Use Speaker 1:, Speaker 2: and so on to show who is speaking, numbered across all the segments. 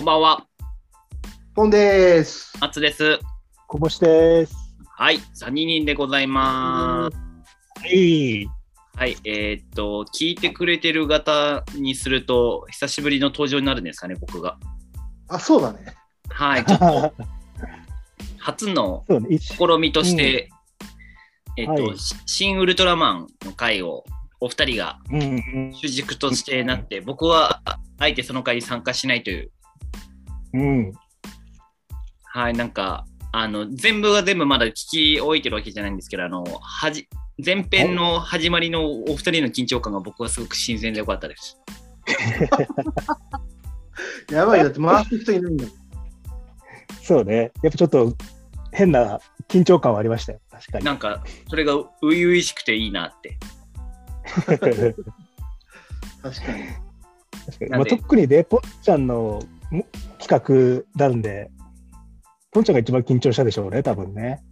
Speaker 1: んばんは、
Speaker 2: ポンです。
Speaker 1: あつです。
Speaker 3: こぼしです。
Speaker 1: はい、3人でございます。
Speaker 3: はい。
Speaker 1: はい、えーっと、聞いてくれてる方にすると、久しぶりの登場になるんですかね、僕が。
Speaker 2: あ、そうだね。
Speaker 1: はい、ちょっ と初の
Speaker 3: そうね、一
Speaker 1: 試みとして、えーっと、
Speaker 3: はい
Speaker 1: し新ウルトラマンの回をお二人が
Speaker 3: うんうん
Speaker 1: 主軸としてなって、僕はああえてその回に参加しないという、
Speaker 3: うん。
Speaker 1: はい、なんか、あの全部が全部まだ聞き終えてるわけじゃないんですけど、あのはじ前編の始まりのお二人の緊張感が僕はすごく新鮮で良かったです。
Speaker 2: やばい、だって回す人いないんだもん。
Speaker 3: そうね。やっぱちょっと変な緊張感はありましたよ。確かに。
Speaker 1: なんか、それが初々しくていいなって。
Speaker 2: 確
Speaker 3: 確
Speaker 2: かに。
Speaker 3: かに
Speaker 1: なんで
Speaker 3: まあ、特にね、ぽんちゃんのも企画なんで、ぽんちゃんが一番緊張したでしょうね、多分ね。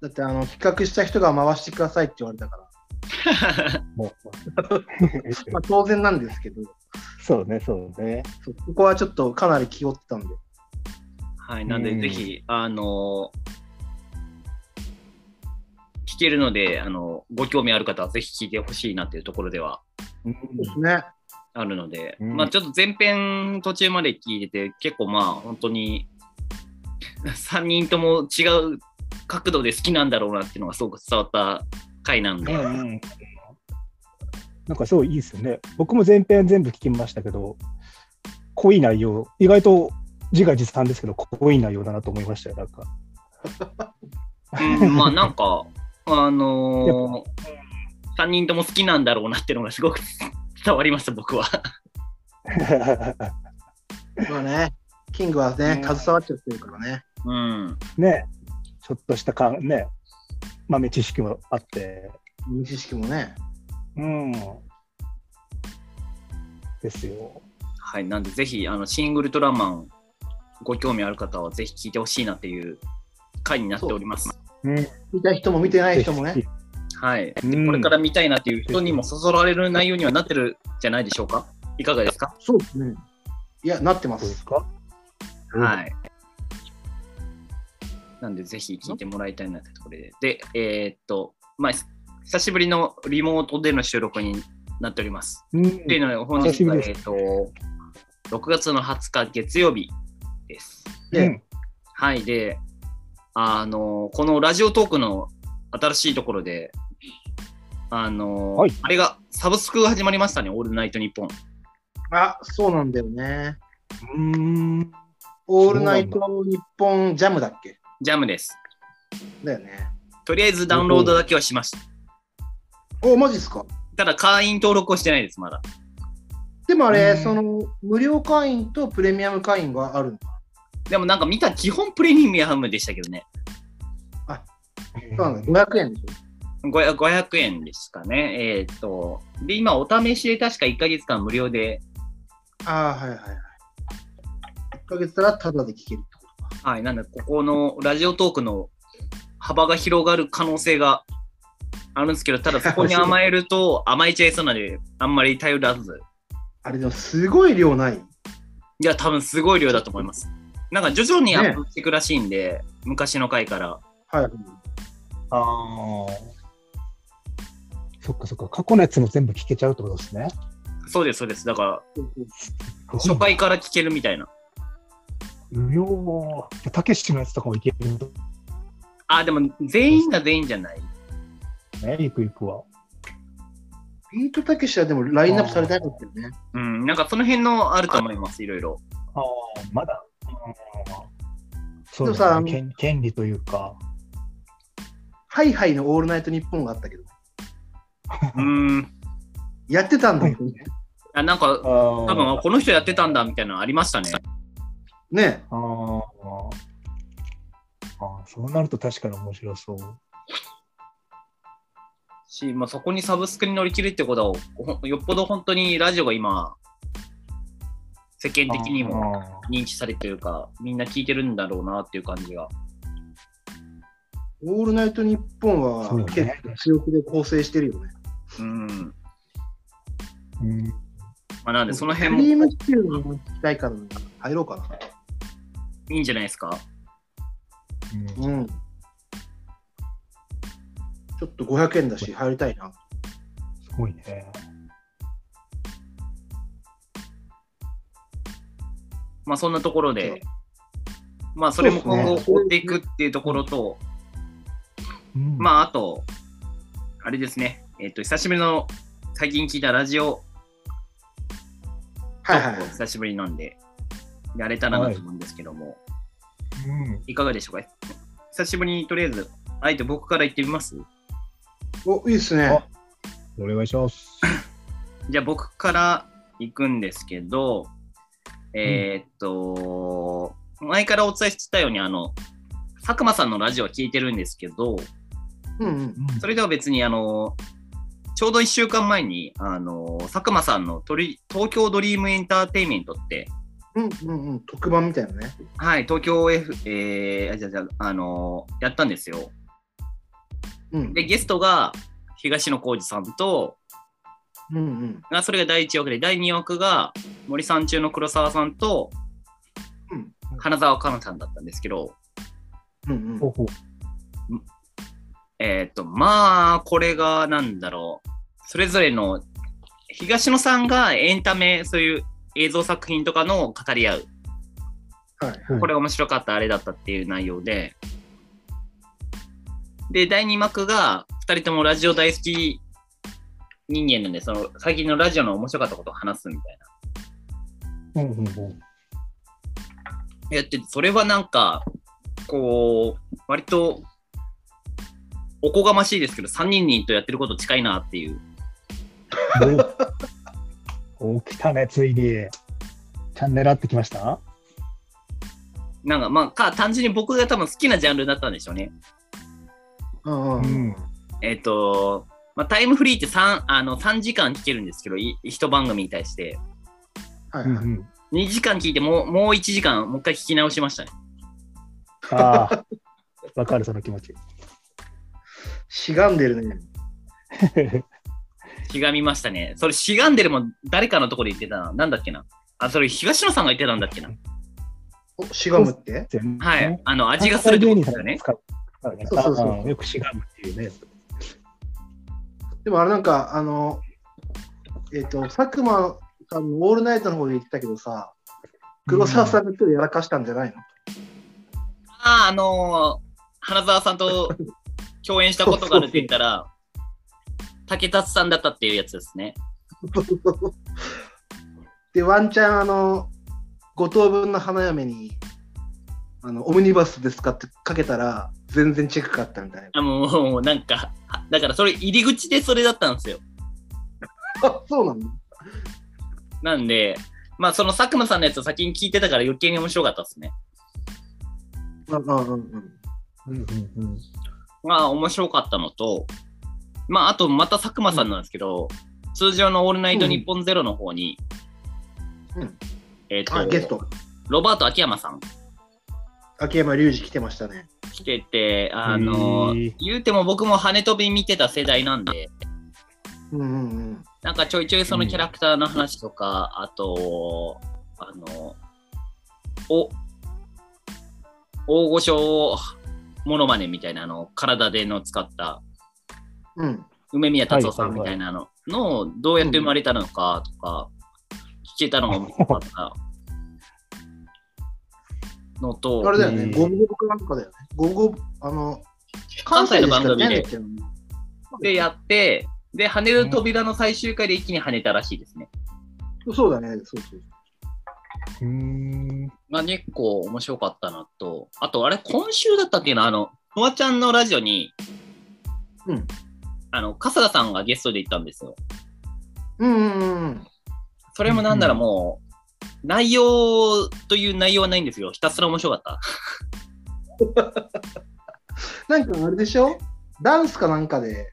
Speaker 2: だって、あの、比較した人が回してくださいって言われたから。
Speaker 3: もう
Speaker 2: まあ、当然なんですけど、
Speaker 3: そうね、そうね。
Speaker 2: そうここはちょっとかなり気負ってたんで。
Speaker 1: はい、なんで、
Speaker 3: うん
Speaker 1: ぜひ、あの聞けるので、あのご興味ある方はぜひ聞いてほしいなっていうところでは
Speaker 3: うん
Speaker 2: ね。
Speaker 1: あるので、
Speaker 3: うん
Speaker 1: まあちょっと前編途中まで聞いてて結構まあ本当に 3人とも違う角度で好きなんだろうなっていうのがすごく伝わった回なんで、
Speaker 3: うんうんなんかすごいいいですよね。僕も前編全部聞きましたけど、濃い内容、意外と自画自賛ですけど、濃い内容だなと思いましたよ、なんか。
Speaker 1: うんまあなんかあのー、3人とも好きなんだろうなっていうのがすごく伝わりました僕は
Speaker 2: まあね、キングはね、
Speaker 3: ね
Speaker 2: 携わっちゃってるからね。
Speaker 1: うん
Speaker 3: ね、ちょっとした感、ね、豆知識もあって、
Speaker 2: 無知識もね。
Speaker 3: うん。ですよ。
Speaker 1: はいなんでぜひあのシングルトラマンご興味ある方はぜひ聞いてほしいなっていう回になっております
Speaker 3: うん、
Speaker 2: 見た人も見てない人もね。
Speaker 1: はい
Speaker 3: うん
Speaker 1: これから見たいなっていう人にもそそられる内容にはなってるじゃないでしょうかいかがですか
Speaker 2: そうですね。いや、なってま。
Speaker 3: そうですすか。
Speaker 1: はいい。なんで、ぜひ聞いてもらいたいなってところで。で、えーっと、まあ、久しぶりのリモートでの収録になっております。
Speaker 3: うん、
Speaker 1: っていうのは、本
Speaker 3: 久
Speaker 1: 日
Speaker 3: しぶ
Speaker 1: は、
Speaker 3: り
Speaker 1: え
Speaker 3: です
Speaker 1: ーっと、6月の20日月曜日です。
Speaker 2: で
Speaker 3: うん
Speaker 1: はい。で、あの、このラジオトークの新しいところで、あの、
Speaker 3: はい
Speaker 1: あれが、サブスクが始まりましたね、オールナイトニッポン。
Speaker 2: あ、そうなんだよね。
Speaker 3: うん。
Speaker 2: オールナイト日本ジャムだっけ
Speaker 1: ジャムです。
Speaker 2: だよね。
Speaker 1: とりあえずダウンロードだけはしました。
Speaker 2: お、マジっすか
Speaker 1: ただ会員登録をしてないです、まだ。
Speaker 2: でもあれ、
Speaker 3: うん
Speaker 2: その、無料会員とプレミアム会員があるのか。
Speaker 1: でもなんか見た基本プレミアムでしたけどね。
Speaker 2: そうなんだ、500円でしょ。
Speaker 1: 500 500円ですかね。えーっと、で、今お試しで確か1ヶ月間無料で、
Speaker 2: ああ、はいはいはい。1ヶ月たらタダで聞けるってことか。
Speaker 1: はい、なんだ、ここのラジオトークの幅が広がる可能性があるんですけど、ただそこに甘えると甘えちゃいそうなので、あんまり頼らず。
Speaker 2: あれでもすごい量ない。
Speaker 1: いや、多分すごい量だと思います。なんか徐々にアップしていくらしいんで、昔の回から。
Speaker 2: はい。
Speaker 3: ああ。そっかそっか、過去のやつも全部聞けちゃうってことですね。
Speaker 1: そうです、そうです。だから、初回から聞けるみたいな。
Speaker 3: 無料。たけしのやつとかもいけるんだ
Speaker 1: あ、でも全員が全員じゃない。
Speaker 3: ね、ゆくゆくは。
Speaker 2: ビートたけしはでもラインナップされてなかったよね。
Speaker 1: うん、なんかその辺のあると思います、いろい ろ。
Speaker 3: ああ、まだ。そ
Speaker 2: でも
Speaker 3: う
Speaker 2: さ
Speaker 3: だね、権権利というか。
Speaker 2: ハイハイのオールナイトニッポンがあったけど、
Speaker 1: うん。
Speaker 2: やってたんだよね。
Speaker 1: あなんか、
Speaker 3: 多
Speaker 1: 多分この人やってたんだみたいなのありましたね。
Speaker 2: ね
Speaker 3: あーあー、そうなると確かに面白そう。
Speaker 1: し、まあ、そこにサブスクに乗り切るってことはほん、よっぽど本当にラジオが今、世間的にも
Speaker 3: あ
Speaker 1: 認知されてるか、みんな聞いてるんだろうなっていう感じが。
Speaker 2: オールナイトニッポンは
Speaker 3: そうだ
Speaker 2: 結
Speaker 3: ね
Speaker 2: 構強気で構成してるよね。
Speaker 1: うん。
Speaker 3: ー。うん
Speaker 1: まあ、なんでその辺
Speaker 2: クリー
Speaker 1: も
Speaker 2: ムシチューの期待感入ろうかな。
Speaker 1: いいんじゃないですか
Speaker 3: うん
Speaker 2: うん。ちょっと500円だし、入りたいな。
Speaker 3: すごいね。
Speaker 1: まあそんなところで、まあそれも今後
Speaker 2: そうですね
Speaker 1: 追っていくっていうところと、
Speaker 3: うん
Speaker 1: まああと、あれですね、えっ、と、久しぶりの、最近聞いたラジオト
Speaker 2: はいはい
Speaker 1: ークを。久しぶりなんで、やれたらなと思うんですけども、
Speaker 3: うん
Speaker 1: い、かがでしょうか久しぶりにとりあえず、あえて僕から言ってみます
Speaker 2: お、いいですね。
Speaker 3: お願いします。
Speaker 1: じゃあ僕から行くんですけど、えーっと、前からお伝えしてたように、あの、佐久間さんのラジオは聞いてるんですけど、
Speaker 2: うんうん。
Speaker 1: それでは別に、あの、ちょうど1週間前に、あの、佐久間さんの鳥東京ドリームエンターテインメントって、
Speaker 2: うんうんうん。特番みたいなね。
Speaker 1: はい、東京 F、えー、あじゃあじゃあ、あの、やったんですよ。
Speaker 2: うん。
Speaker 1: で、ゲストが東野幸治さんと、
Speaker 2: うんうん。
Speaker 1: がそれが第1枠で、第2枠が森三中の黒沢さんと、
Speaker 2: うん
Speaker 1: 花澤香菜さんだったんですけど、
Speaker 2: うんう。
Speaker 3: ほうんほう
Speaker 1: えっ、と、まあ、これがなんだろう。それぞれの、東野さんがエンタメ、そういう映像作品とかのを語り合う。
Speaker 2: はい。
Speaker 3: うん
Speaker 1: これ面白かった、あれだったっていう内容で。で、第2幕が、2人ともラジオ大好き人間なんで、その、最近のラジオの面白かったことを話すみたいな。
Speaker 3: うんうんうん
Speaker 1: やっててそれはなんか、こう、割と、おこがましいですけど、3人にとやってること近いなっていう。
Speaker 3: おお来たね、ついに。チャンネル合ってきました
Speaker 1: なんか、まあ、か、単純に僕が多分好きなジャンルだったんでしょうね。
Speaker 2: うんうんうん。
Speaker 1: えっ、と、まあ、タイムフリーって3、あの、3時間聞けるんですけど、い一番組に対して。
Speaker 2: はい
Speaker 3: うん
Speaker 2: は
Speaker 3: う
Speaker 2: い。
Speaker 3: ん
Speaker 1: 2時間聞いてもう、もう1時間、もう一回聞き直しましたね。
Speaker 3: ああ、わかる、その気持ち。
Speaker 2: しがんでるね。
Speaker 1: ひがみましたね。それ、しがんでるも誰かのところで言ってたな。なんだっけな。あ、それ、東野さんが言ってたんだっけな。
Speaker 2: お、しがむって
Speaker 3: 全部
Speaker 1: はい。
Speaker 3: ね。
Speaker 1: あの、味がするってことですよね。
Speaker 3: 使う使うね
Speaker 2: そうそうそう
Speaker 3: ああよくしがむっていうね。
Speaker 2: でもあれなんか、あの、えっと、佐久間さんのオールナイトの方で言ってたけどさ、黒沢さんが今日やらかしたんじゃないの
Speaker 1: ああ、あのー花澤さんと共演したことがあるって言ったら、竹達さんだったっていうやつですね。
Speaker 2: で、ワンチャン、あの、5等分の花嫁に、あの、オムニバスですかってかけたら、全然チェックかったみたいな。
Speaker 1: あもうもう、なんか、あだからそれ入り口でそれだったんですよ。
Speaker 2: あ、そうなの
Speaker 1: なんで、まあその佐久間さんのやつを先に聞いてたから余計に面白かったですね。
Speaker 2: うんうんうんうん。
Speaker 3: うんうんうん
Speaker 1: まあ面白かったのと、まああとまた佐久間さんなんですけど、通常のオールナイトニッポンゼロの方に、
Speaker 2: うん
Speaker 1: えっ、と、
Speaker 2: あ、ゲスト、
Speaker 1: ロバート秋山さん
Speaker 2: 秋山隆二来てましたね。
Speaker 1: 来てて、あの
Speaker 3: へー
Speaker 1: 言うても僕も羽飛び見てた世代なんで、
Speaker 2: うんうんうん。
Speaker 1: なんかちょいちょいそのキャラクターの話とか、あと、あの、お、大御所モノマネみたいなのを体での使った
Speaker 2: うん。
Speaker 1: 梅宮達夫さんみたいなののどうやって生まれたのかとか聞けたのが面白かったのと、
Speaker 2: あれだよね、
Speaker 3: うん
Speaker 2: ゴブゴブかなんかだよね。ゴブゴブ、あの、
Speaker 1: 関西の番組
Speaker 2: 関
Speaker 1: で
Speaker 2: 西しか出ないんだっ
Speaker 1: でやって、で、跳ねる扉の最終回で一気に跳ねたらしいですね。
Speaker 2: けどそうだね、そうそう。
Speaker 3: うーん。
Speaker 1: まあ、結構面白かったなと、あと、あれ、今週だったっていうのは、あの、フワちゃんのラジオに、
Speaker 2: うん。
Speaker 1: あの、春日さんがゲストで行ったんですよ。
Speaker 2: うんうんうん。
Speaker 1: それもなんなら
Speaker 3: うん
Speaker 1: もう、内容という内容はないんですよ。ひたすら面白かった。
Speaker 2: なんかあれでしょダンスかなんかで。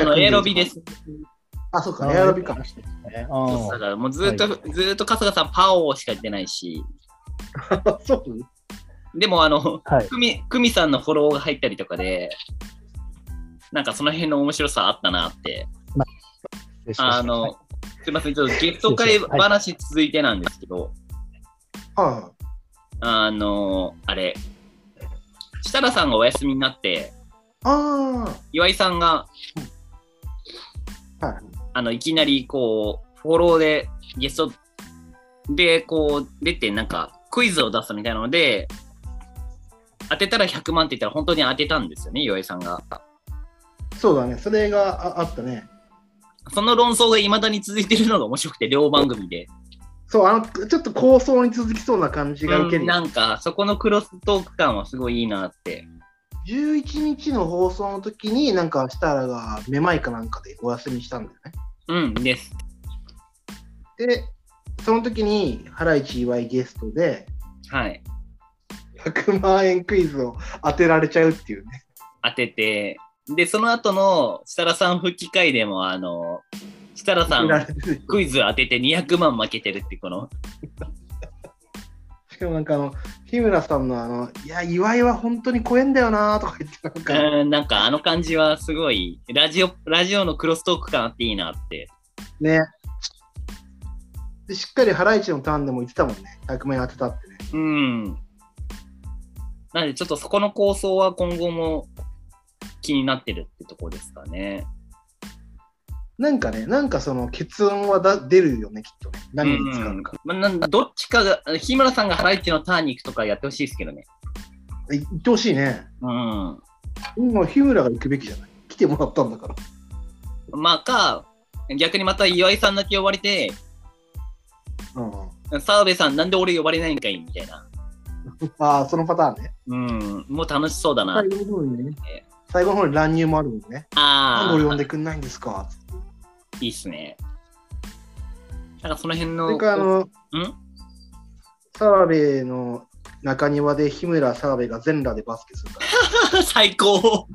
Speaker 1: あのエアロビです。
Speaker 2: あ、そうか、エアロビか。
Speaker 3: ね
Speaker 1: そうだからもうずっと、
Speaker 3: はい
Speaker 1: ずっと春日さん、パオーしか言ってないし、
Speaker 2: そう
Speaker 1: でも、あの、
Speaker 3: はい。
Speaker 1: 久美久美さんのフォローが入ったりとかで、なんかその辺の面白さあったなって。
Speaker 3: 失礼しました
Speaker 1: あの、すいません、ちょっとゲスト会話続いてなんですけど、
Speaker 2: は
Speaker 1: あの、あれ、設楽さんがお休みになって、
Speaker 2: い。あ
Speaker 1: 岩井さんが、
Speaker 2: あ。はい。
Speaker 1: あの、いきなり、こう、フォローで、ゲストで、こう、出て、なんか、クイズを出すみたいなので、当てたら100万って言ったら、本当に当てたんですよね、岩井さんが。
Speaker 2: そうだね。それがああったね。
Speaker 1: その論争がいまだに続いてるのが面白くて、両番組で。
Speaker 2: そう、あの、ちょっと構想に続きそうな感じが受け
Speaker 1: うん
Speaker 2: る。
Speaker 1: なんか、そこのクロストーク感はすごいいいなって。
Speaker 2: 11日の放送の時に、なんか、設楽がめまいかなんかでお休みしたんだよね。
Speaker 1: うん、です。
Speaker 2: で、その時に、ハライチ祝いゲストで、
Speaker 1: はい。
Speaker 2: 100万円クイズを当てられちゃうっていうね。
Speaker 1: 当てて、で、その後の設楽さん復帰会でも、あの、設楽さ
Speaker 2: 当てら
Speaker 1: ん
Speaker 2: れてる
Speaker 1: クイズ当てて200万負けてるって、この、
Speaker 2: しかもなんかあの、日村さんのあの、いや、祝いは本当に怖えんだよなとか言って、なんか、
Speaker 1: うんなんかあの感じはすごい、ラジオ、ラジオのクロストーク感あっていいなって。
Speaker 2: ね。で、しっかりハライチのターンでも言ってたもんね。100万円当てたってね。
Speaker 1: うん。なんでちょっとそこの構想は今後も気になってるってとこですかね。
Speaker 2: なんかね、なんかその結論はだ出るよね、きっとね。何に使うのか。
Speaker 1: うんまあなんどっちかが、日村さんがハライチのターンに行くとかやってほしいですけどね。
Speaker 2: い言ってほしいね。
Speaker 1: うん。
Speaker 2: もう日村が行くべきじゃない。来てもらったんだから。
Speaker 1: まあか、逆にまた岩井さんだけ呼ばれて、
Speaker 2: うん、
Speaker 1: 澤部さんなんで俺呼ばれないんかいみたいな。
Speaker 2: ああ、そのパターンね。
Speaker 1: うん。もう楽しそうだな。
Speaker 2: 最後の方にね。最後の方に乱入もあるもんね。なんで
Speaker 1: あ
Speaker 2: 俺呼ん
Speaker 1: あ、
Speaker 2: でくんないんですかつって
Speaker 1: いいっすね。なんかその辺
Speaker 2: それ
Speaker 1: の。
Speaker 2: からあの、
Speaker 1: うん
Speaker 2: 澤部の中庭で日村澤部が全裸でバスケするから。
Speaker 1: 最 高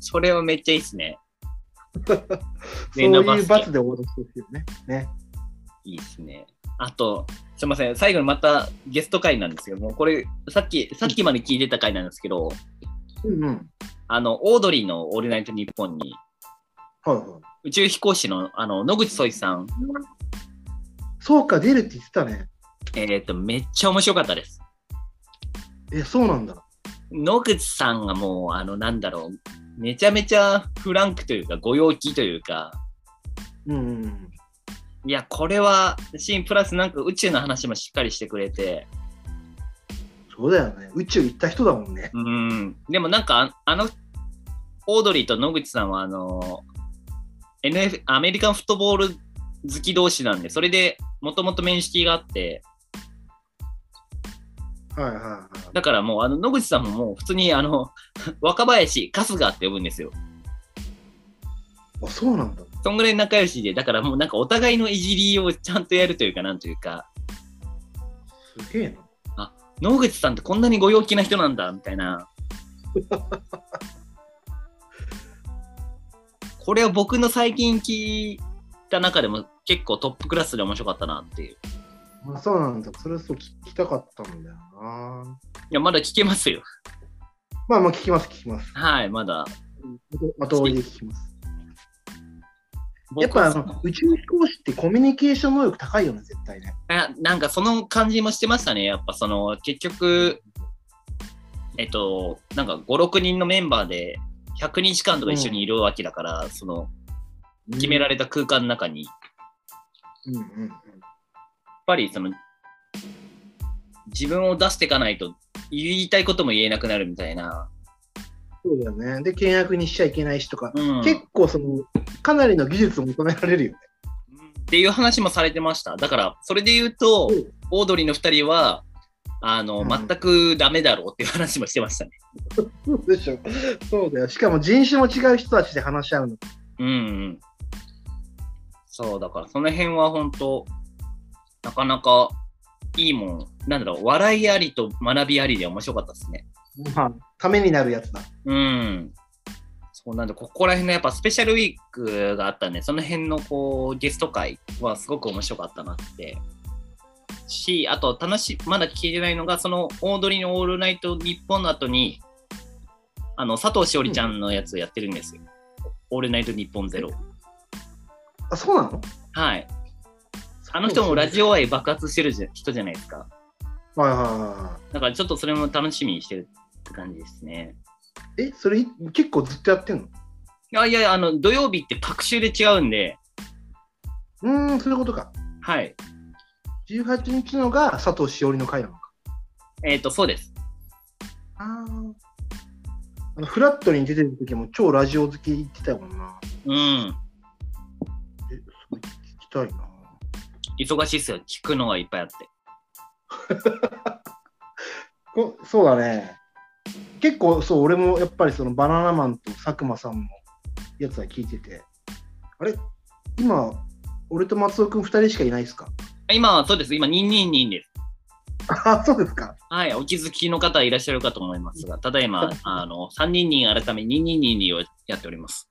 Speaker 1: それはめっちゃいいっすね。
Speaker 2: そう
Speaker 1: 全裸
Speaker 2: いう
Speaker 1: バスケ
Speaker 2: 罰で終わらせてほしいよね。ね。
Speaker 1: いいっすね。あと、すいません、最後にまたゲスト会なんですけども、これ、さっき、さっきまで聞いてた回なんですけど、
Speaker 2: うんうん。
Speaker 1: あの、オードリーのオールナイトニッポンに、
Speaker 2: はいはい。
Speaker 1: 宇宙飛行士のあの野口聡一さん、
Speaker 2: そうか、出るって言ってたね。
Speaker 1: えーっ、と、めっちゃ面白かったです。
Speaker 2: え、そうなんだ。
Speaker 1: 野口さんがもう、あの、なんだろう、めちゃめちゃフランクというか、ご陽気というか、
Speaker 2: うんうんうん。
Speaker 1: いや、これは、シーンプラスなんか宇宙の話もしっかりしてくれて、
Speaker 2: そうだよね。宇宙行った人だもんね。
Speaker 1: うん、でもなんかあ、あの、オードリーと野口さんは、あの、NF、アメリカンフットボール好き同士なんで、それでもともと面識があって、
Speaker 2: はいはいはい。
Speaker 1: だからもう、あの、野口さんももう普通に、あの、 若林、春日って呼ぶんですよ。
Speaker 2: あ、そうなんだ。
Speaker 1: そんぐらい仲良しで、だからもうなんかお互いのいじりをちゃんとやるというか、なんというか、
Speaker 2: すげえな。
Speaker 1: 野口さんってこんなにご陽気な人なんだみたい な。これは僕の最近聞いた中でも結構トップクラスで面白かったなっていう。い
Speaker 2: あ、そうなんだ。それそう聞きたかったんだよな。
Speaker 1: や、まだ聞けますよ。
Speaker 2: まあまあ聞きます、聞きます。
Speaker 1: はい、まだ。
Speaker 2: 後追いで聞きます。や
Speaker 1: 僕
Speaker 2: っぱあ
Speaker 1: そ
Speaker 2: の宇宙飛行士ってコミュニケーション能力高いよね、絶対ね。
Speaker 1: あなんかその感じもしてましたね。やっぱその結局、えっと、なんか5、6人のメンバーで100日間とか一緒にいるわけだから、その決められた空間の中に。
Speaker 2: うんうんう
Speaker 1: や
Speaker 2: ん。
Speaker 1: っぱりその自分を出していかないと言いたいことも言えなくなるみたいな、
Speaker 2: そうだよね。で、倹約にしちゃいけないしとか、
Speaker 1: うん、
Speaker 2: 結構その、かなりの技術を求められるよね。
Speaker 1: っていう話もされてましただからそれで言うと、
Speaker 2: うん
Speaker 1: オードリーの2人はあの、
Speaker 2: うん
Speaker 1: 全くダメだろうっていう話もしてましたね
Speaker 2: そうでしょ。そうだよ。しかも人種も違う人たちで話し合うの。
Speaker 1: うん、うん、そうだからその辺は本当なかなかいいもんなんだろう笑いありと学びありで面白かったですね
Speaker 2: まあ、ためになるやつだ。
Speaker 1: うん。そうなんで、ここら辺のやっぱスペシャルウィークがあったんで、その辺のこうゲスト会はすごく面白かったなって。し、あと楽しい、まだ聞いてないのが、そのオードリーのオールナイト日本の後に、あの、佐藤しおりちゃんのやつをやってるんですよ。オールナイトニッポンゼロ。
Speaker 2: あ、そうなの
Speaker 1: はい。あの人もラジオ愛爆発してるじゃ人じゃないですか。
Speaker 2: オ。はいはいは
Speaker 1: だからちょっとそれも楽しみにしてるって感じですね。
Speaker 2: いはい。え、それ結構ずっとやってんの
Speaker 1: いやいや、あの、土曜日って各週で違うんで、
Speaker 2: うーん、そういうことか。
Speaker 1: はい。
Speaker 2: 18日のが佐藤しおりの回なのか。
Speaker 1: えっ、と、そうです。
Speaker 2: あーあのフラットに出てる時も超ラジオ好き言ってたもんな。
Speaker 1: うん。
Speaker 2: え、すごい聞きたいな。
Speaker 1: 忙しいっすよ。聞くのはいっぱいあって。
Speaker 2: こそうだね。結構そう、俺もやっぱりそのバナナマンと佐久間さんのやつは聞いてて、あれ今、俺と松尾くん2人しかいないですか
Speaker 1: 今はそうです。今、222です。
Speaker 2: あ、そうですか。
Speaker 1: はい。お気づきの方いらっしゃるかと思いますが、ただいま、あの、3人に改め2222をやっております。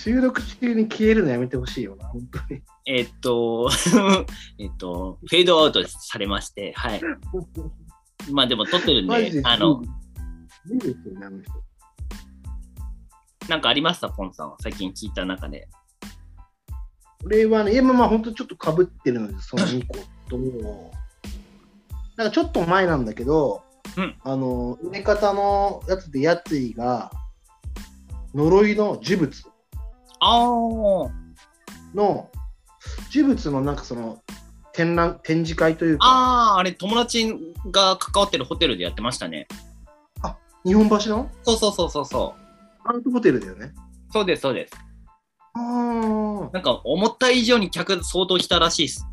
Speaker 2: 収録中に消えるのやめてほしいよな、本当に。
Speaker 1: えっと、 えっと、フェードアウトされまして、はい。まあでも撮ってるん
Speaker 2: マジ
Speaker 1: で
Speaker 2: で、、
Speaker 1: あの、、
Speaker 2: いいですよね、あの人。
Speaker 1: なんかありました、ポンさんは。最近聞いた中で。
Speaker 2: 俺はね、いやまあまあ本当ちょっとかぶってるので、その2個と、なんかちょっと前なんだけど、
Speaker 1: うん
Speaker 2: あの、埋め方のやつでやついが、呪いの呪物
Speaker 1: ああ、
Speaker 2: の、呪物のなんかその展覧、展示会というか、
Speaker 1: ああ、あれ、友達が関わってるホテルでやってましたね。
Speaker 2: 日本橋の
Speaker 1: そうそうそうそうそう。
Speaker 2: アントホテルだよね。
Speaker 1: そうです、そうです。
Speaker 2: あ
Speaker 1: なんか、思った以上に客相当来たらしいです。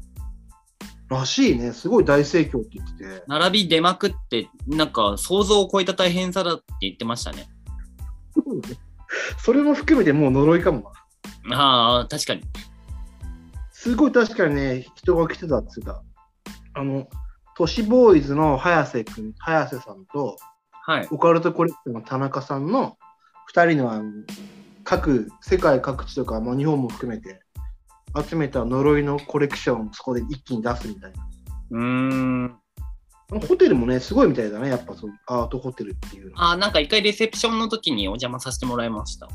Speaker 2: あ、らしいね。すごい大盛況って言ってて。
Speaker 1: 並び出まくって、なんか、想像を超えた大変さだって言ってましたね。
Speaker 2: それも含めてもう呪いかもな。
Speaker 1: ああ、確かに。
Speaker 2: すごい確かにね、人が来てたって言ってた。あの、都市ボーイズの早瀬くん、早瀬さんと、
Speaker 1: はい。
Speaker 2: オカルトコレクターの田中さんの2人のあの各、世界各地とか、まあ、日本も含めて、集めた呪いのコレクションをそこで一気に出すみたいな。
Speaker 1: うーん。
Speaker 2: あのホテルもね、すごいみたいだね、やっぱそのアートホテルっていうのは。
Speaker 1: ああ、なんか一回レセプションの時にお邪魔させてもらいました。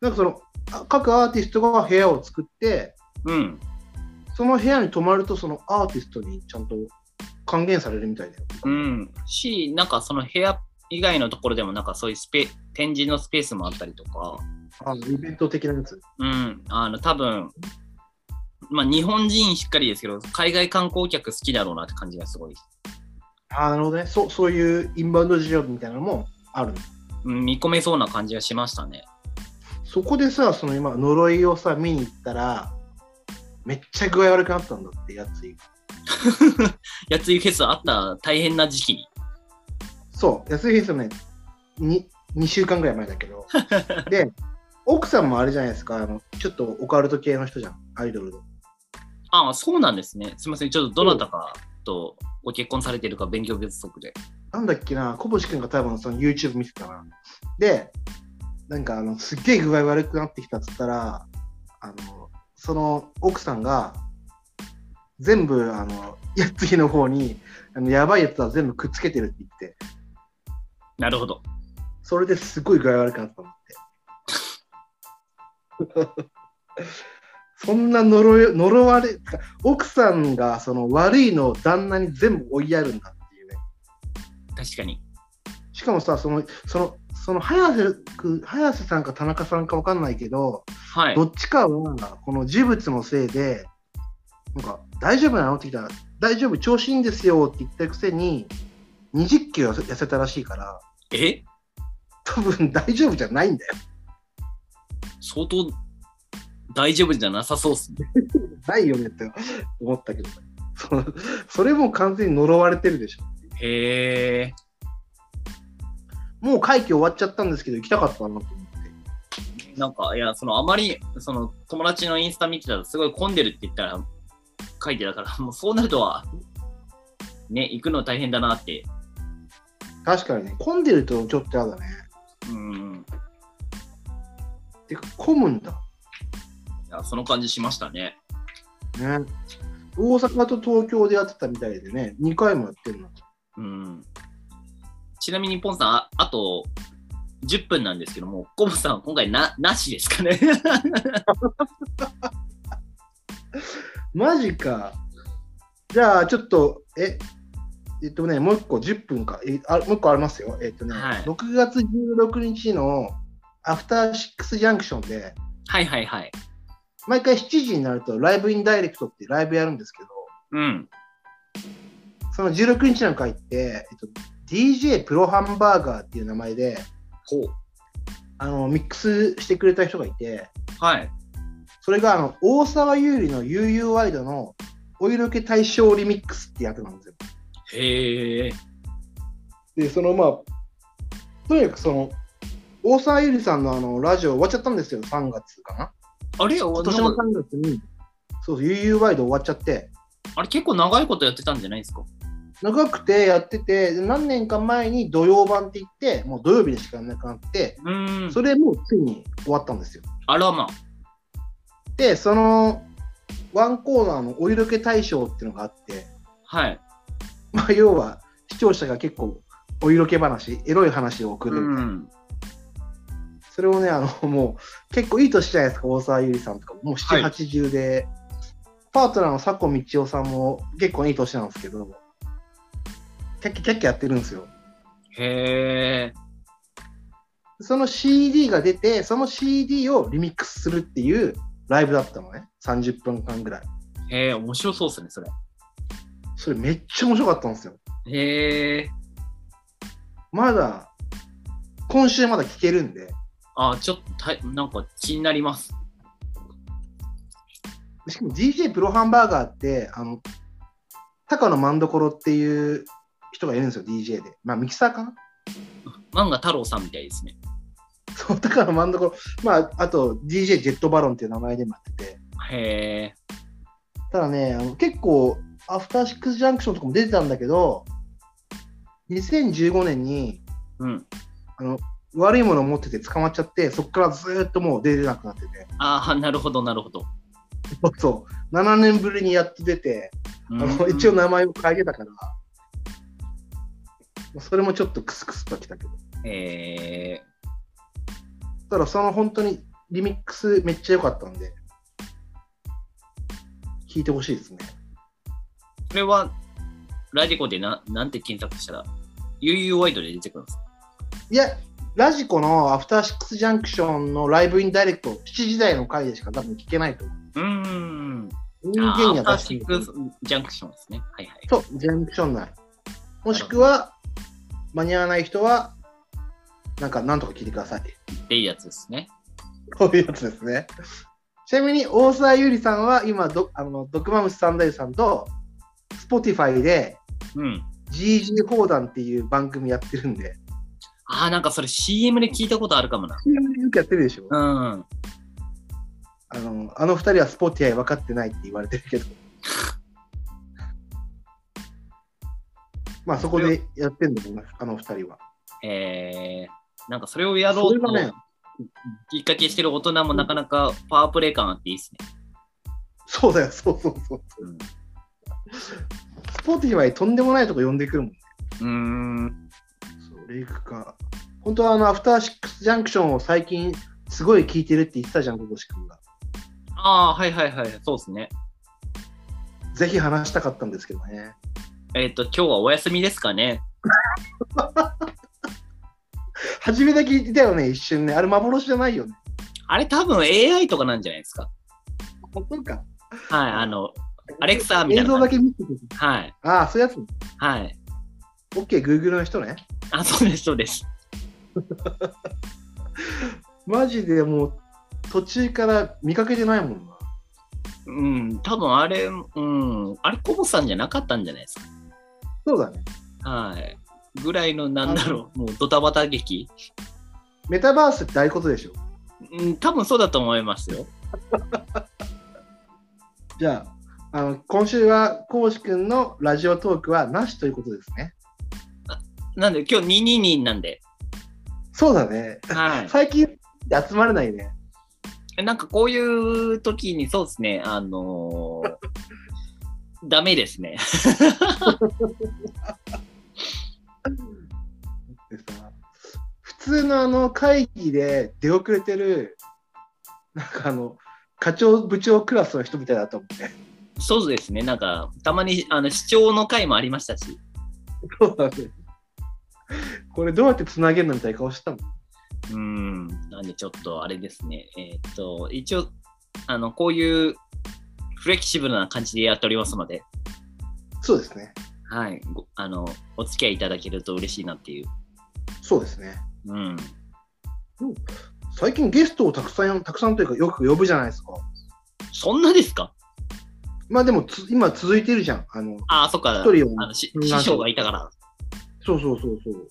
Speaker 2: なんかその、あ各アーティストが部屋を作って、
Speaker 1: うん。
Speaker 2: その部屋に泊まると、そのアーティストにちゃんと還元されるみたいだよ。
Speaker 1: うん。し、なんかその部屋以外のところでも、なんかそういうスペ、展示のスペースもあったりとか、
Speaker 2: あのイベント的なやつ。
Speaker 1: うん、あの、多分、まあ日本人しっかりですけど、海外観光客好きだろうなって感じがすごい、
Speaker 2: あーなるほどねそう。そういうインバウンド需要みたいなのもあるの。
Speaker 1: うん、見込めそうな感じがしましたね。
Speaker 2: そこでさ、その今、呪いをさ、見に行ったら、めっちゃ具合悪くなったんだってやつ。
Speaker 1: やついフェスあった大変な時期に。
Speaker 2: そう、安い日ですよね。に2週間ぐらい前だけど。で、奥さんもあれじゃないですか、あのちょっとオカルト系の人じゃん、アイドルの。
Speaker 1: ああ、そうなんですね。すみません。ちょっとどなたかとご結婚されてるか勉強不足で。
Speaker 2: なんだっけな、小星君が多分その YouTube 見てたな。で、なんかあの、すっげえ具合悪くなってきたっつったら、あの、その奥さんが、全部、あの、やつぎの方に、あの、やばいやつは全部くっつけてるって言って、
Speaker 1: なるほど。
Speaker 2: それですごい具合悪くなったのって。 そんな呪い、呪われ、奥さんがその悪いのを旦那に全部追いやるんだっていうね。
Speaker 1: 確かに。
Speaker 2: しかもさ、その、その、その早瀬く、早瀬さんか田中さんか分かんないけど、
Speaker 1: はい
Speaker 2: ど。っちかは、この呪物のせいで、なんか、大丈夫なのって聞いたら、大丈夫、調子いいんですよって言ったくせに、20キロ痩せ痩せたらしいから、
Speaker 1: え
Speaker 2: 多分大丈夫じゃないんだよ。
Speaker 1: 相当大丈夫じゃなさそうっすね。
Speaker 2: ないよねって思ったけど、そのそれも完全に呪われてるでしょ。
Speaker 1: へえ。
Speaker 2: もう会期終わっちゃったんですけど、行きたかったなと思って。
Speaker 1: なんか、いや、その、あまり、その、友達のインスタ見てたら、すごい混んでるって言ったら、書いてたから、 もうそうなるとは、ね、行くの大変だなって。
Speaker 2: 確かにね、混んでるとちょっとやだね。
Speaker 1: うん。
Speaker 2: てか、混むんだ。
Speaker 1: いや、その感じしましたね。
Speaker 2: ね。大阪と東京でやってたみたいでね、2回もやってるの。
Speaker 1: うん。ちなみに、ポンさん、ああと、 10分なんですけども、コボさんは今回な、なしですかね。
Speaker 2: マジか。じゃあ、ちょっと、え、えっとね、もう一個、10分か。えあもう一個ありますよ。えっとね、
Speaker 1: はい
Speaker 2: 6月16日のアフターシックスジャンクションで、
Speaker 1: はいはいはい。
Speaker 2: 毎回7時になると、ライブインダイレクトっていうライブやるんですけど、
Speaker 1: うん。
Speaker 2: その16日の回って、えっと、DJ プロハンバーガーっていう名前で、
Speaker 1: ほう。
Speaker 2: あのミックスしてくれた人がいて、
Speaker 1: はい。
Speaker 2: それがあの大沢優里の UU ワイドのお色気大賞リミックスってやつなんですよ。
Speaker 1: へえ。
Speaker 2: で、そのまあ、とにかくその、大沢優里さんのあのラジオ終わっちゃったんですよ、3月かな。
Speaker 1: あれ
Speaker 2: 今年の
Speaker 1: な
Speaker 2: 3
Speaker 1: んか
Speaker 2: 月に、そうそう、UU ワイド終わっちゃって、
Speaker 1: あれ結構長いことやってたんじゃないですか
Speaker 2: 長くてやってて、で何年か前に土曜版って言って、もう土曜日にしかやらなくなって、
Speaker 1: うーん。
Speaker 2: それもうついに終わったんですよ。
Speaker 1: あらま。
Speaker 2: で、その、ワンコーナーのお色気大賞っていうのがあって、
Speaker 1: はい。
Speaker 2: まあ、要は視聴者が結構お色気話エロい話を送る、
Speaker 1: うん。
Speaker 2: それをねあのもう結構いい年じゃないですか大沢優里さんとかもう
Speaker 1: はい
Speaker 2: 780、でパートナーの佐古道夫さんも結構いい年なんですけどキャッキャキャッキャやってるんですよ
Speaker 1: へえ。
Speaker 2: その CD が出てその CD をリミックスするっていうライブだったのね30分間ぐらい
Speaker 1: へえ、面白そうですね、それ。
Speaker 2: それめっちゃ面白かったんですよ
Speaker 1: へえ。
Speaker 2: まだ今週まだ聴けるんで
Speaker 1: あ、ちょっとたい、なんか気になります。
Speaker 2: しかも DJ プロハンバーガーって、あの、高野万所っていう人がいるんですよ、DJ で。まあ、ミキサーかな
Speaker 1: 漫画太郎さんみたいですね。
Speaker 2: そう、高野万所。まあ、あと、DJ ジェットバロンっていう名前でもやってて。
Speaker 1: へえ。
Speaker 2: ただね、あの結構、アフターシックスジャンクションとかも出てたんだけど、2015年に
Speaker 1: うん。
Speaker 2: 悪いものを持ってて捕まっちゃって、そこからずーっともう出れなくなって て。
Speaker 1: ああ、なるほど、なるほど。
Speaker 2: そう、7年ぶりにやっと出て、
Speaker 1: うん
Speaker 2: あの一応名前を変えてたから、それもちょっとクスクスときたけど。
Speaker 1: え
Speaker 2: ただその本当にリミックスめっちゃ良かったんで、聞いてほしいですね。
Speaker 1: ー、これは、ラジコでななんて検索したら、UU ワイドで出てくるんですか
Speaker 2: いや、ラジコのアフターシックスジャンクションのライブインダイレクト、7時台の回でしか多分聞けないと思う。
Speaker 1: うーん。
Speaker 2: 人
Speaker 1: あ
Speaker 2: 間
Speaker 1: ー
Speaker 2: に
Speaker 1: アフタ
Speaker 2: は
Speaker 1: ー
Speaker 2: 出し
Speaker 1: シ
Speaker 2: て
Speaker 1: ッ
Speaker 2: ない
Speaker 1: クスジャンクションですね。はいはい。
Speaker 2: そう、ジャンクション内。もしくは、間に合わない人は、なんかなんとか聞いてください。
Speaker 1: っていうやつですね。
Speaker 2: こういうやつですね。ちなみに、大沢優里さんは今ど、あの、ドクマムシ三大さんと、Spotify で、
Speaker 1: うん。
Speaker 2: GG 砲弾っていう番組やってるんで、
Speaker 1: ああ、なんかそれ CM で聞いたことあるかもな。
Speaker 2: よくやってるでしょ。
Speaker 1: うん。
Speaker 2: あの、あの二人はスポティアイ分かってないって言われてるけど。まあそこでやってんだもんな、あの二人は。
Speaker 1: えー、なんかそれをやろう
Speaker 2: そ
Speaker 1: と、
Speaker 2: れがね、
Speaker 1: きっかけしてる大人もなかなかパワープレイ感あっていいですね。
Speaker 2: そうだよ、そうそうそう。
Speaker 1: うん
Speaker 2: スポティアイとんでもないとこ呼んでくるもん。
Speaker 1: うーん。
Speaker 2: そう、レイクか。本当はあの、アフターシックスジャンクションを最近すごい聞いてるって言ってたじゃん、小星君が。
Speaker 1: ああ、はいはいはい。そうですね。
Speaker 2: ぜひ話したかったんですけどね。
Speaker 1: えっ、と、今日はお休みですかね。
Speaker 2: 初めだけ聞いてたよね、一瞬ね。あれ幻じゃないよね。
Speaker 1: あれ多分 AI とかなんじゃないですか。
Speaker 2: 本当か。
Speaker 1: はい、あの、アレクサみた
Speaker 2: 映
Speaker 1: いな
Speaker 2: 像
Speaker 1: 感
Speaker 2: だ
Speaker 1: じ。
Speaker 2: け見てくる。
Speaker 1: はい、
Speaker 2: ああ、そういうやつ。
Speaker 1: はい。
Speaker 2: OK、Google の人ね。
Speaker 1: あ、そうです、そうです。
Speaker 2: マジでもう途中から見かけてないもんな。
Speaker 1: うん、多分あれ、うん、あれ、コボさんじゃなかったんじゃないです
Speaker 2: そうだね。
Speaker 1: か。はい。ぐらいの、なんだろう、もうドタバタ劇。
Speaker 2: メタバースってああいうことでしょ。
Speaker 1: うん、多分そうだと思いますよ。
Speaker 2: じゃあ、あの今週は、こうしくんのラジオトークはなしということですね。
Speaker 1: なんで、今日222なんで。
Speaker 2: そうだね。
Speaker 1: はい。
Speaker 2: 最近集まれないね。
Speaker 1: なんかこういう時にそうですね、あのーダメですね。
Speaker 2: でさ、普通のあの会議で出遅れてる、なんかあの、課長部長クラスの人みたいだと思って。
Speaker 1: そうですね、なんか、たまにあの視聴の回もありましたし、
Speaker 2: そうだね。これどうやってつなげるのみたいな顔してたもん。
Speaker 1: うん、なんでちょっとあれですね、えーっと、一応、あのこういうフレキシブルな感じでやっておりますので、
Speaker 2: そうですね。
Speaker 1: はい、ごあのお付き合いいただけると嬉しいなっていう。
Speaker 2: そうですね。
Speaker 1: うん、
Speaker 2: 最近ゲストをたくさん、たくさんというかよく呼ぶじゃないですか。
Speaker 1: そんなですか
Speaker 2: まあでもつ今続いてるじゃん。あの、
Speaker 1: ああ、そっか、
Speaker 2: 一人を
Speaker 1: あのし師匠がいたから。
Speaker 2: そうそうそうそう。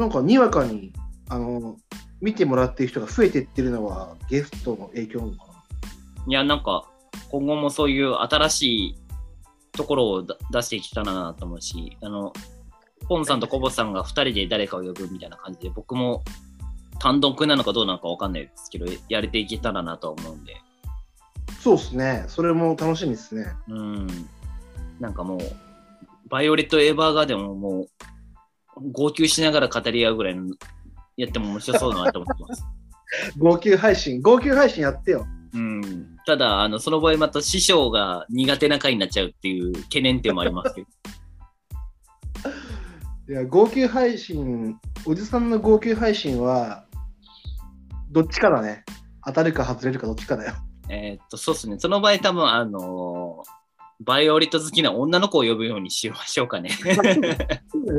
Speaker 2: なんかにわかに、あの、見てもらってる人が増えてってるのはゲストの影響なのかな。
Speaker 1: いや、なんか、今後もそういう新しいところをだ出していけたらなと思うし、あの、ポンさんとコボさんが2人で誰かを呼ぶみたいな感じで、僕も単独なのかどうなのかわかんないですけど、やれていけたらなとは思うんで、
Speaker 2: そうですね。それも楽しみですね。
Speaker 1: うん、なんかもう、バイオレット・エヴァーガーデンももう、号泣しながら語り合うぐらいのやっても面白そうだなと思って ます。
Speaker 2: 号泣配信、号泣配信やってよ。
Speaker 1: うん、ただあの、その場合また師匠が苦手な回になっちゃうっていう懸念点もありますけど。
Speaker 2: いや、号泣配信、おじさんの号泣配信は、どっちかだね。当たるか外れるかどっちか だよ。
Speaker 1: えーっと、そうですね。その場合、多分あのーバイオリット好きな女の子を呼ぶようにしましょうかね。
Speaker 2: そうだよ、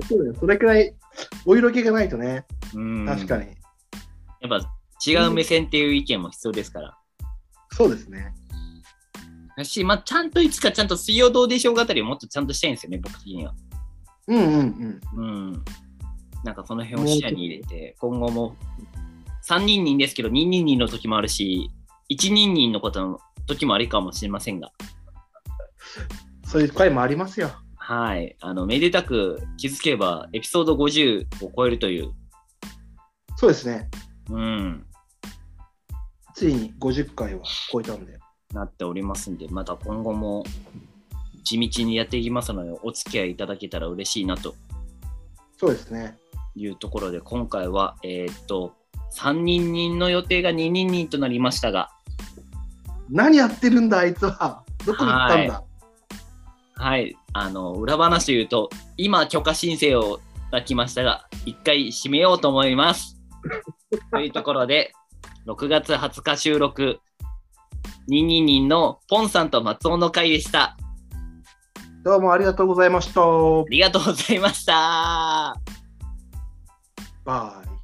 Speaker 2: そうだよ。それくらい、お色気がないとね、
Speaker 1: うん
Speaker 2: 確かに。
Speaker 1: やっぱ違う目線っていう意見も必要ですから。
Speaker 2: そうですね。
Speaker 1: だし、まあ、ちゃんといつかちゃんと水曜どうでしょうあたりをもっとちゃんとしたいんですよね、僕的には。
Speaker 2: うんうんうん。
Speaker 1: うん。なんかその辺を視野に入れて、今後も3人人ですけど、2人人の時もあるし、1人人のことの時もありかもしれませんが、
Speaker 2: そういう回もありますよ。
Speaker 1: はい。あの、めでたく気づけばエピソード50を超えるという、
Speaker 2: そうですね。
Speaker 1: うん。
Speaker 2: ついに50回は超えたんで。
Speaker 1: なっておりますんで、また今後も地道にやっていきますので、お付き合いいただけたら嬉しいなと
Speaker 2: そうですね。
Speaker 1: いうところで、今回は、えーっと、3人人の予定が2人人となりましたが、
Speaker 2: 何やってるんだ、あいつは。どこに行ったんだ。
Speaker 1: はい、あの、裏話というと、今、許可申請をいただきましたが、一回締めようと思います。というところで、6月20日収録、2人人のポンさんと松尾の会でした。
Speaker 2: どうもありがとうございました。
Speaker 1: ありがとうございました。
Speaker 2: バイ。